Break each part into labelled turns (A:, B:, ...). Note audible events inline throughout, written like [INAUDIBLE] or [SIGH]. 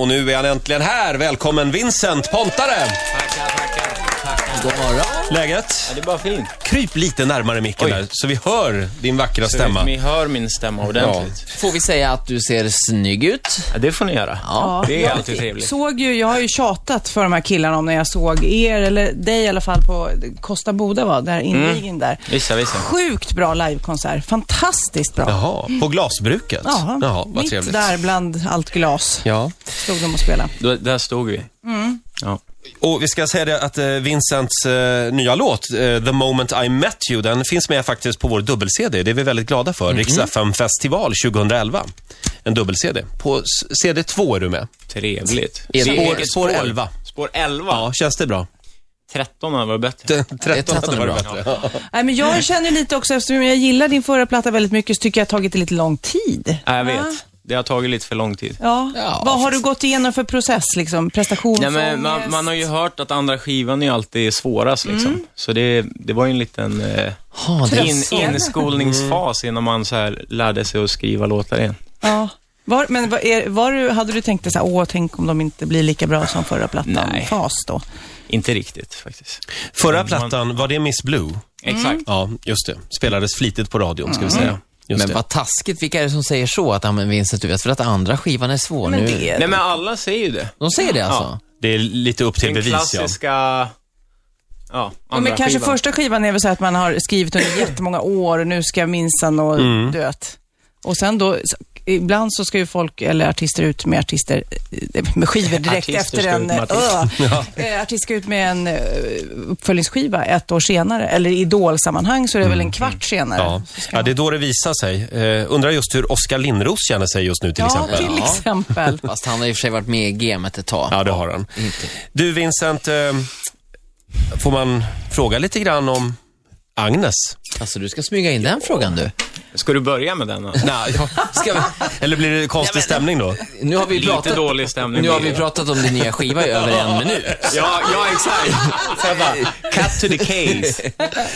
A: Och nu är han äntligen här. Välkommen Vincent Pontare!
B: Tackar, tackar, tackar.
C: God morgon.
A: Läget?
B: Det är bara fint.
A: Kryp lite närmare micken
B: Oj.
A: där, så vi hör din vackra
B: Ni
A: stämma.
B: hör min stämma ordentligt.
C: Får vi säga att du ser snygg ut?
B: Ja, det får ni göra.
C: Ja.
B: Det är
D: jag
B: alltid trevligt.
D: Såg ju, jag har ju tjatat för de här killarna om när jag såg er, eller dig i alla fall, på Costa Boda var, där invigningen där.
B: Mm. Vissa, vissa.
D: Sjukt bra livekonsert. Fantastiskt bra.
A: Jaha, på glasbruket?
D: Jaha.
A: Jaha, vad
D: Mitt
A: trevligt.
D: där bland allt glas
A: Ja.
D: stod de och spelade.
B: Då, där stod vi. Ja.
A: Och vi ska säga det att eh, Vincents eh, nya låt, eh, The Moment I Met You, den finns med faktiskt på vår dubbel-CD. Det är vi väldigt glada för. Mm. festival 2011. En dubbel-CD. På s- CD2 är du med.
B: Trevligt.
C: Är det-
B: Eget
A: Spår, spår 11.
B: Spår 11?
A: Ja, känns det bra?
B: 13 hade varit bättre.
A: 13 hade
C: är
A: varit
C: bra.
A: bättre.
D: Nej, men jag känner lite också, eftersom jag gillar din förra platta väldigt mycket, så tycker jag att det har tagit lite lång tid.
B: Ja, jag vet. Det har tagit lite för lång tid.
D: Ja.
C: Ja,
D: Vad har
C: fast-
D: du gått igenom för process, liksom?
B: Nej,
D: Prestationsångest?
B: men man, man har ju hört att andra skivan är alltid svårast liksom. Så det, det var ju en liten eh,
C: Ja, det
B: in, inskolningsfas innan man så här lärde sig att skriva låtar igen.
D: Ja. Var, men var, är, var du, hade du tänkt dig så här, åh, tänk om de inte blir lika bra som förra plattan?
B: Nej.
D: Fas då?
B: Inte riktigt faktiskt.
A: Förra
B: Mm, man-
A: plattan, var det Miss Blue?
B: Exakt.
A: Ja, just det. Spelades flitigt på radion, ska vi säga. Just
C: Mm. men
A: det.
C: vad taskigt. Vilka är det som säger så? Att, ja, men Vincent, du vet för att andra skivan är svår
D: Men
C: nu.
D: det är
B: Nej, men alla säger ju det.
C: De säger det alltså?
A: Det är lite upp till
B: Den
A: bevis,
B: klassiska... Ja,
D: Ja,
B: andra
D: men kanske
B: skivan.
D: första skivan är väl så här att man har skrivit under jättemånga år och nu ska jag minsann och du vet. Och sen då, s- ibland så ska ju folk, eller artister ut med artister, eh, med skivor direkt
B: Artister
D: efter
B: ska ut
D: en,
B: med
D: ö, Eh, artist ska ut med en eh, uppföljningsskiva ett år senare, eller i idolsammanhang så är det väl en kvart senare.
A: ja.
D: Så ska
A: ja, det är då det visar sig. Eh, undrar just hur Oskar Lindros känner sig just nu, till
D: man- ja,
A: exempel.
D: till
C: Ja.
D: exempel.
C: Fast han har i och för sig varit med i gamet ett tag.
A: Ja, det har han. Du, Vincent, eh, får man fråga lite grann om Agnes?
C: Alltså, du ska smyga in den frågan du.
B: Ska du börja med den? då?
A: Nej, ska vi... Eller blir det konstig stämning då?
C: Nu har vi
B: Lite
C: pratat,
B: dålig stämning.
C: nu har vi
B: blir det.
C: pratat om din nya
B: [LAUGHS]
C: skiva i över en minut.
B: Ja, ja exakt. Så jag bara, cut to the
D: [LAUGHS]
B: case.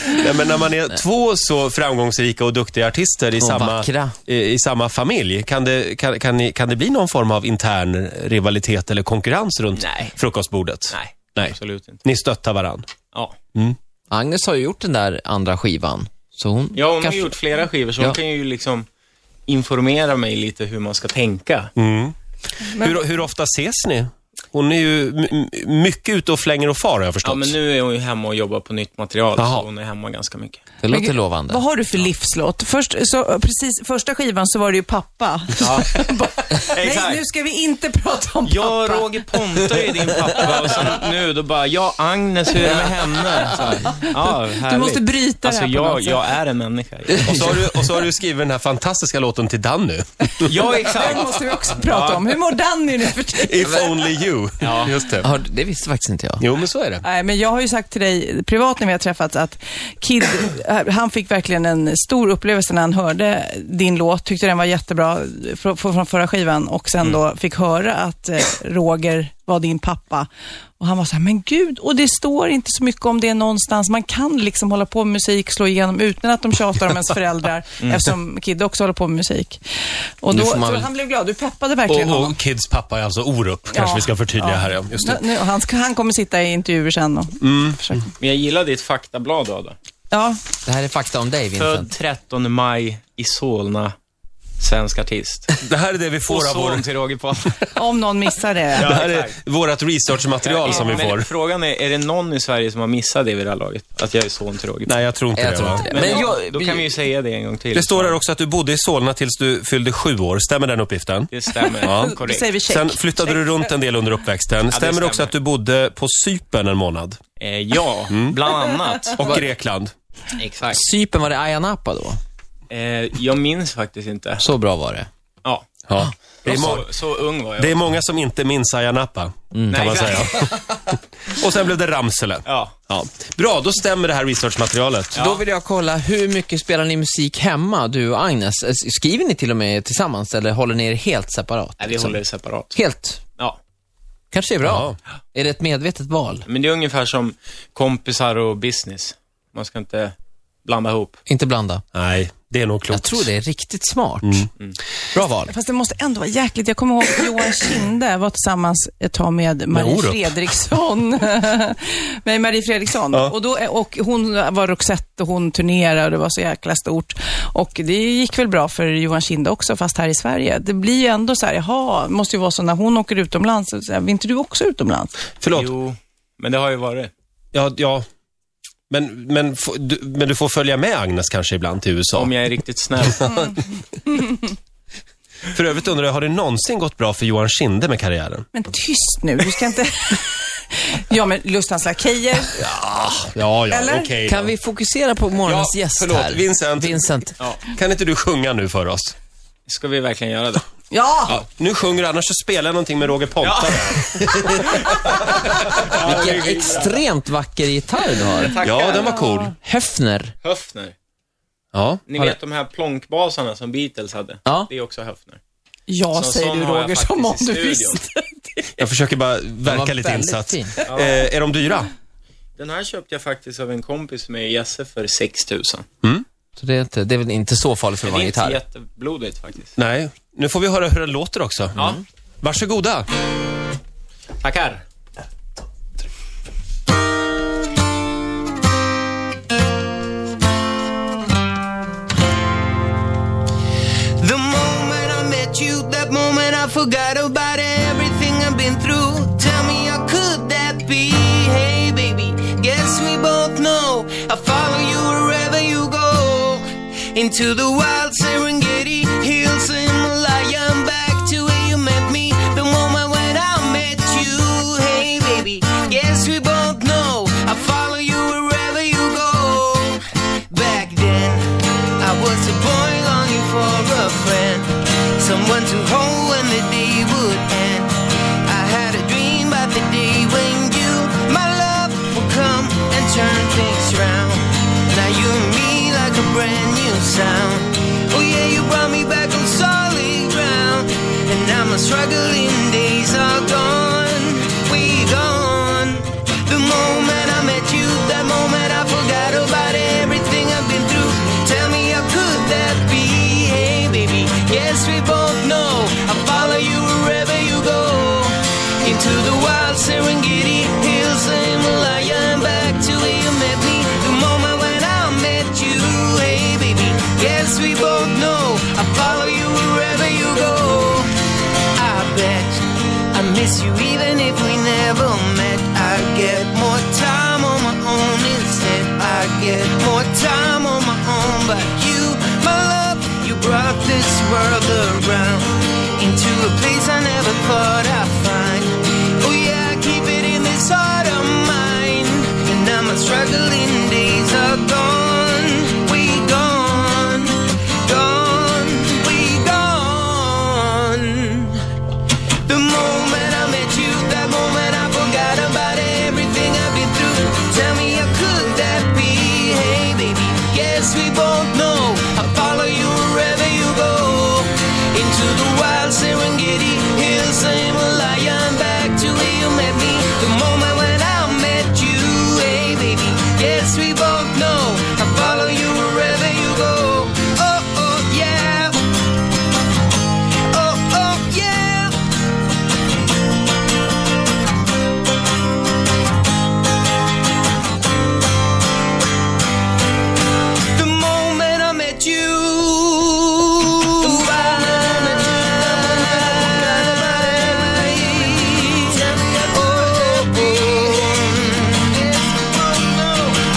A: Nej, men när man är två så framgångsrika och duktiga artister i, samma,
C: vackra.
A: i, i samma familj, kan det, kan, kan, ni, kan det bli någon form av intern rivalitet eller konkurrens runt
B: Nej.
A: frukostbordet?
B: Nej,
A: Nej.
B: absolut inte.
A: Ni stöttar varann.
B: Ja,
C: Agnes har ju gjort den där andra skivan. Så hon
B: ja hon har
C: kanske-
B: gjort flera skivor, så hon
C: Ja.
B: kan ju liksom informera mig lite hur man ska tänka.
D: Mm.
A: Hur, hur ofta ses ni? Hon är ju m- m- mycket ute och flänger och far, har jag förstått.
B: Ja, men nu är hon ju hemma och jobbar på nytt material,
A: Jaha.
B: så hon är hemma ganska mycket.
C: [LAUGHS] Det
D: Men
C: låter
D: gud,
C: lovande.
D: Vad har du för livslåt? Först, så, precis, första skivan så var det ju pappa. [LAUGHS] Nej, nu ska vi inte prata om
B: Ja,
D: pappa.
B: Roger Ponta är din pappa och sen nu då bara, ja, Agnes, hur är det med henne? Så, här, ja, härligt.
D: Du måste bryta
B: Alltså,
D: det här på något
B: jag,
D: sätt.
B: jag är en människa.
A: Och, så har du, och så har du skrivit den här fantastiska låten till Danny.
B: Ja,
D: Den
B: exakt.
D: måste vi också prata om. Hur mår Danny nu för tiden?
A: If only you. Ja. Just det.
C: Har- Det visste faktiskt inte jag.
A: Jo, men så är det.
D: Nej, men jag har ju sagt till dig privat när vi har träffats att Kid, eh, han fick verkligen en stor upplevelse när han hörde din låt, tyckte den var jättebra från, från förra skivan och sen
C: Mm.
D: då fick höra att eh, Roger var din pappa. Och han var så här, men gud, och det står inte så mycket om det någonstans. Man kan liksom hålla på med musik, slå igenom utan att de tjatar om ens
C: [LAUGHS]
D: föräldrar, eftersom Kid också håller på med musik. Och
C: Mm. Nu
D: då,
C: får man
D: så
C: väl-
D: han blev glad, du peppade verkligen
A: Och,
D: honom.
A: och Kids pappa är alltså Orup, kanske
D: Ja.
A: vi ska förtydliga
D: Ja.
A: här. Ja. Just det. Mm.
D: Nu, han, ska, han kommer sitta i intervjuer sen och försöka.
B: Men jag gillar ditt faktablad, Adam.
D: Ja,
C: Det här är fakta om dig,
B: Född
C: Vincent.
B: 13 maj i Solna, svensk artist.
A: Det här är det vi
B: Och
A: får av vår...
B: son till
A: [LAUGHS]
B: Roger Palme.
D: om någon missar det.
A: Det här är
B: exakt.
A: vårt researchmaterial som vi
B: Men
A: får.
B: Frågan är, är det någon i Sverige som har missat det vid det här laget? Att jag är son till Roger Palme?
A: Nej, jag tror inte
C: Jag
A: det.
C: tror
A: va?
C: inte det.
B: Men,
C: Men
B: jag,
C: jag-
B: då kan vi ju säga det en gång till.
A: Det står här också att du bodde i Solna tills du fyllde sju år. Stämmer den uppgiften?
B: Det stämmer.
A: Ja.
D: Då
B: Korrekt.
D: säger vi check.
A: Sen flyttade du runt en del under uppväxten. Stämmer det också
B: stämmer.
A: att du bodde på Cypern en månad?
B: Eh, ja, bland annat.
A: Mm. [LAUGHS] Och Grekland?
B: Exakt.
C: Cypern, var det Ayia Napa då?
B: Eh, jag minns faktiskt inte.
C: Så bra var det. Ah.
B: Ja.
A: Ja. Det är, må-
B: Så, så ung var jag.
A: det är många som inte minns Ayia Napa, kan man säga.
B: exakt.
A: Och sen blev det Ramsele.
B: Ja.
A: Ja. Bra, då stämmer det här researchmaterialet.
C: Då vill jag kolla, hur mycket spelar ni musik hemma, du och Agnes? Eh, Skriver ni till och med tillsammans eller håller ni er helt separat?
B: Nej, vi
C: liksom?
B: håller det separat.
C: Helt.
B: Ja.
C: Kanske är bra. Är det ett medvetet val?
B: Men det är ungefär som kompisar och business. Man ska inte blanda ihop.
C: Inte blanda.
A: Nej, det är nog klokt.
C: Jag tror det är riktigt smart.
B: Mm.
C: Bra val.
D: Fast det måste ändå vara jäkligt. Jag kommer ihåg Johan Kinde var tillsammans ett tag med Marie
A: Orup. [LAUGHS]
D: Fredriksson. med Marie Fredriksson.
A: Ja.
D: Och, då, och hon var Roxette och hon turnerade och det var så jäkla stort. Och det gick väl bra för Johan Kinde också, fast här i Sverige. Det blir ju ändå så här, jaha, det måste ju vara så när hon åker utomlands, så här, vill inte du också utomlands?
A: Förlåt.
B: Jo, men det har ju varit.
A: Ja, ja. Men, men, f- du, men du får följa med Agnes kanske ibland till USA.
B: Om jag är riktigt snäll.
A: För övrigt undrar jag, har det någonsin gått bra för Johan Schinde med karriären?
D: Men tyst nu, du ska inte... [LAUGHS] ja, men Lustans Lakejer,
A: Ja, ja,
D: Eller?
A: okej då.
C: Kan vi fokusera på morgonens
A: Ja,
C: gäst
A: förlåt,
C: här?
A: Vincent.
C: Vincent.
A: Kan inte du sjunga nu för oss?
B: Ska vi verkligen göra det?
D: ja!
A: Ja, nu sjunger du, annars så spelar jag någonting med Roger Pontare.
C: Vilken extremt vacker gitarr du har.
A: Ja, den var cool.
C: Höfner.
B: Höfner.
A: Ja.
B: Ni
C: Har
B: vet de här plonkbasarna som Beatles hade?
C: Ja.
B: Det är också höfner.
D: Ja,
B: Så-
D: säger
B: sån
D: du
B: har jag
D: Roger,
B: faktiskt
D: som om
B: i
D: du
B: studion.
D: visste. [LAUGHS]
A: Jag försöker bara
C: Den
A: verka
C: var
A: lite
C: väldigt
A: insatt.
C: fin.
A: Eh, är de dyra?
B: Den här köpte jag faktiskt av en kompis med i Jesse för 6000.
C: Så det, är inte, det är väl inte så farligt för att
B: Det
C: vara
B: är
C: en
B: inte
C: gitarr?
B: jätteblodigt faktiskt.
A: Nej. Nu får vi höra hur den låter också. Mm.
B: Ja,
A: Varsågoda.
B: tackar.
E: The moment I met you, that moment I forgot about everything I've been through. Tell me, how could that be? Hey, baby, guess we both know. I follow you wherever you go. Into the wild Serengeti, hills in Malaya, and back to where you met me. The moment when I met you, hey, baby, guess we both know. I follow you wherever you go. Back then, I was a boy longing for a friend, someone to hold when the day would end. I had a dream about the day when you, my love, would come and turn things round. Now you and me like a brand new sound. Oh yeah, you brought me back on solid ground, and now my struggling days are gone. We gone. The moment I met you, that moment I forgot about everything I've been through. Tell me how could that be? Hey baby, yes we both know. I follow you wherever you go. Into the wild Serengeti, hills of Himalaya, and back to where you met me. The moment when I met you, hey baby, yes we both know. I follow you wherever you go. I bet I miss you even if we never met. I get more time on my own instead. I get more time on my own, but you, my love, you brought this world around into a place I never thought I'd find. Oh yeah, I keep it in this heart of mine, and now my struggling days are gone. We gone, gone, we gone. The moment I met you, that moment I forgot about everything I've been through. Tell me how could that be? Hey baby, guess we both know. I follow you wherever you go. Into the wild Serengeti, hills of Himalaya, and back to where you met me. The moment when I met you, hey baby, yes we both know. I follow you wherever you go. Oh oh yeah, oh oh yeah. the moment I met you.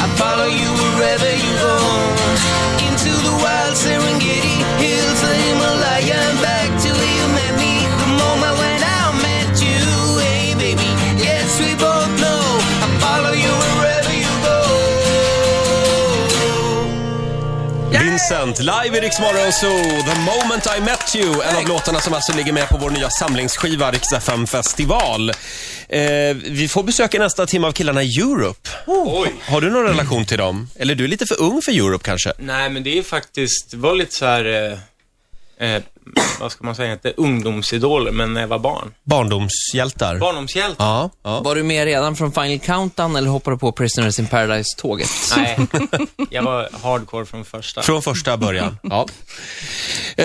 E: I follow you wherever you go. Into the wild Serengeti, hills of Himalaya, and back to where you met me. The moment when I met you, hey baby, yes we both know. I follow you wherever you go.
A: Vincent, live i Rix Morgon Zoo, The Moment I Met You. En av låtarna som alltså ligger med på vår nya samlingsskiva, Rix FM Festival. Eh, vi får besöka nästa timme av killarna i Europe.
B: Oj.
A: Har du någon relation till dem? Eller du är lite för ung för Europe kanske?
B: Nej, men det är faktiskt, det var lite så här eh, eh, vad ska man säga, inte ungdomsidoler, men när jag var barn.
A: Barndomshjältar.
B: Barndomshjälte.
A: Ja, ja.
C: Var du med redan från Final Countdown eller hoppade du på Prisoners in Paradise-tåget?
B: [LAUGHS] Nej, jag var hardcore från första.
A: Från första början.
C: Ja.
A: Eh,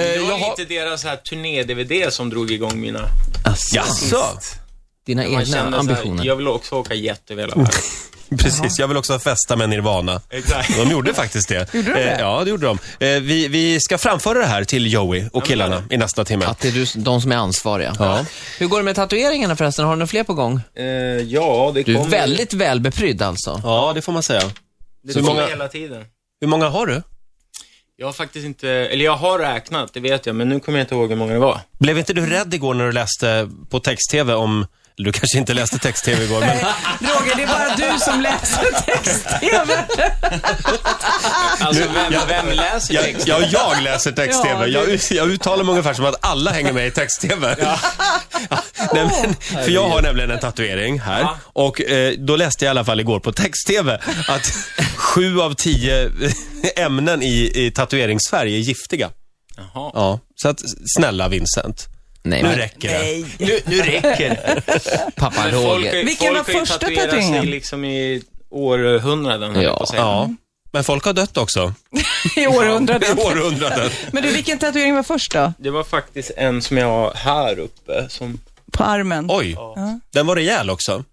B: Det var
A: jaha.
B: lite deras här turné-DVD som drog igång mina
C: Alltså,
A: Jaså?
C: dina
B: Man
C: egna
B: kände så
C: ambitioner.
B: här, jag vill också åka jet över hela världen.
A: Precis, jag vill också festa med Nirvana.
B: Exakt.
A: De gjorde faktiskt det.
D: Gjorde de det?
A: Eh, ja, det gjorde de. Eh, vi, vi ska framföra det här till Joey och killarna i nästa timme.
C: Att det är du, de som är ansvariga.
A: Ja.
C: Hur går det med tatueringarna förresten? Har du några fler på gång?
B: [LAUGHS] Eh, ja, det
C: Du är
B: kommer-
C: väldigt välbeprydd alltså.
A: Ja, det får man säga.
B: Det
A: Så
B: kommer
A: många-
B: hela tiden.
A: Hur många har du?
B: Jag har faktiskt inte, eller jag har räknat, det vet jag, men nu kommer jag inte ihåg hur många det [LAUGHS] var.
A: Blev inte du rädd igår när du läste på text-tv om... eller Du kanske inte läste text-tv igår, men...
D: Roger, det är bara du som läser text-tv.
B: Alltså, vem, vem läser
A: Jag,
B: text?
A: ja, jag läser text-tv.
D: Ja, det-
A: jag, ut- jag uttalar mig ungefär som att alla hänger med i text-tv. [LAUGHS] Ja, nej, men, för jag har nämligen en tatuering här.
B: Ja.
A: Och eh, då läste jag i alla fall igår på text-tv att sju av tio ämnen i, i tatueringssverige är giftiga.
B: Jaha.
A: Ja. Så att, snälla Vincent.
C: Nej,
A: Nu
C: men
A: räcker det.
B: Nu, nu räcker det.
C: pappa
B: Men folk,
C: Roger.
D: Vilken
B: folk har
D: var
B: ju
D: första
B: tatuerat
D: tatueringen?
B: sig liksom i århundraden, höll jag på att säga.
A: Ja. Men folk har dött [LAUGHS] också.
D: I århundraden.
A: I århundraden.
D: Men du, vilken tatuering var först då?
B: Det var faktiskt en som jag har här uppe som
D: På armen?
A: Oj, den var rejäl också.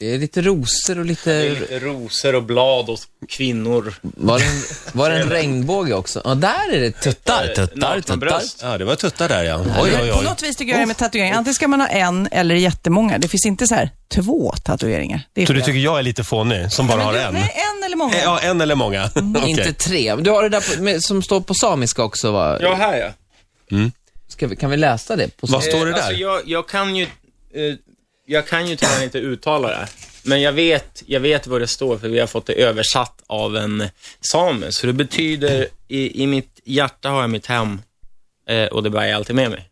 C: Det är lite rosor och
B: det är
C: lite...
B: lite rosor och blad och kvinnor.
C: Var det en, var det en regnbåge också? Ja, där är det tuttar, tuttar,
B: Nakna
C: tuttar.
B: bröst.
A: Ja, det var tuttar där ja. Oj, oj,
D: På
A: oj.
D: något vis tycker jag det med tatueringar. Antingen ska man ha en eller jättemånga. Det finns inte så här två tatueringar. Det är
A: Så du
D: fel.
A: tycker jag är lite fånig, som bara har
D: Men du-
A: en?
D: Nej, en eller många.
A: Eh, Ja, en eller många.
B: Mm.
A: [LAUGHS] Okej.
C: Inte tre. Du har det där på, med, som står på samiska också va?
B: Ja, här ja.
C: Ska vi, kan vi läsa det? På
A: Vad
C: samiska?
A: står det
B: Alltså,
A: där?
B: jag, jag kan ju, eh, jag kan ju tyvärr inte uttala det, här. men jag vet, jag vet vad det står, för vi har fått det översatt av en same. Så det betyder, i, i mitt hjärta har jag mitt hem eh, och det bär jag alltid med mig.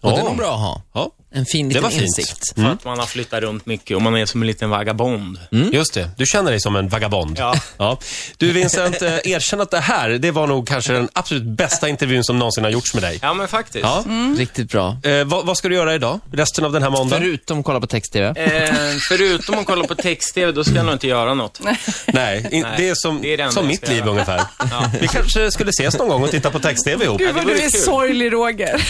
C: Och det
A: Ja.
C: var bra att ha.
A: Ja,
C: En
A: det
C: fin liten
A: var fint.
C: insikt.
A: Mm.
B: För att man har flyttat runt mycket och man är som en liten vagabond.
A: Just det. Du känner dig som en vagabond.
B: Mm. Ja.
A: Du Vincent, eh, erkänn att det här, det var nog kanske den absolut bästa intervjun som någonsin har gjorts med dig.
B: Ja, men faktiskt.
A: Ja.
C: Riktigt bra.
B: Mm.
A: Eh, vad, vad ska du göra idag? Resten av den här måndagen?
C: Förutom kolla på text-tv.
B: Eh, förutom att kolla på text-tv, då ska jag nog inte göra något.
A: Nej, in,
B: Nej,
A: det är som,
B: det är det enda
A: som
B: jag
A: mitt
B: ska
A: liv
B: göra.
A: ungefär. Vi kanske skulle ses någon gång och titta på text-tv ihop.
D: Gud
B: det
D: vad du
B: vore
D: är
B: kul.
D: sorglig Roger.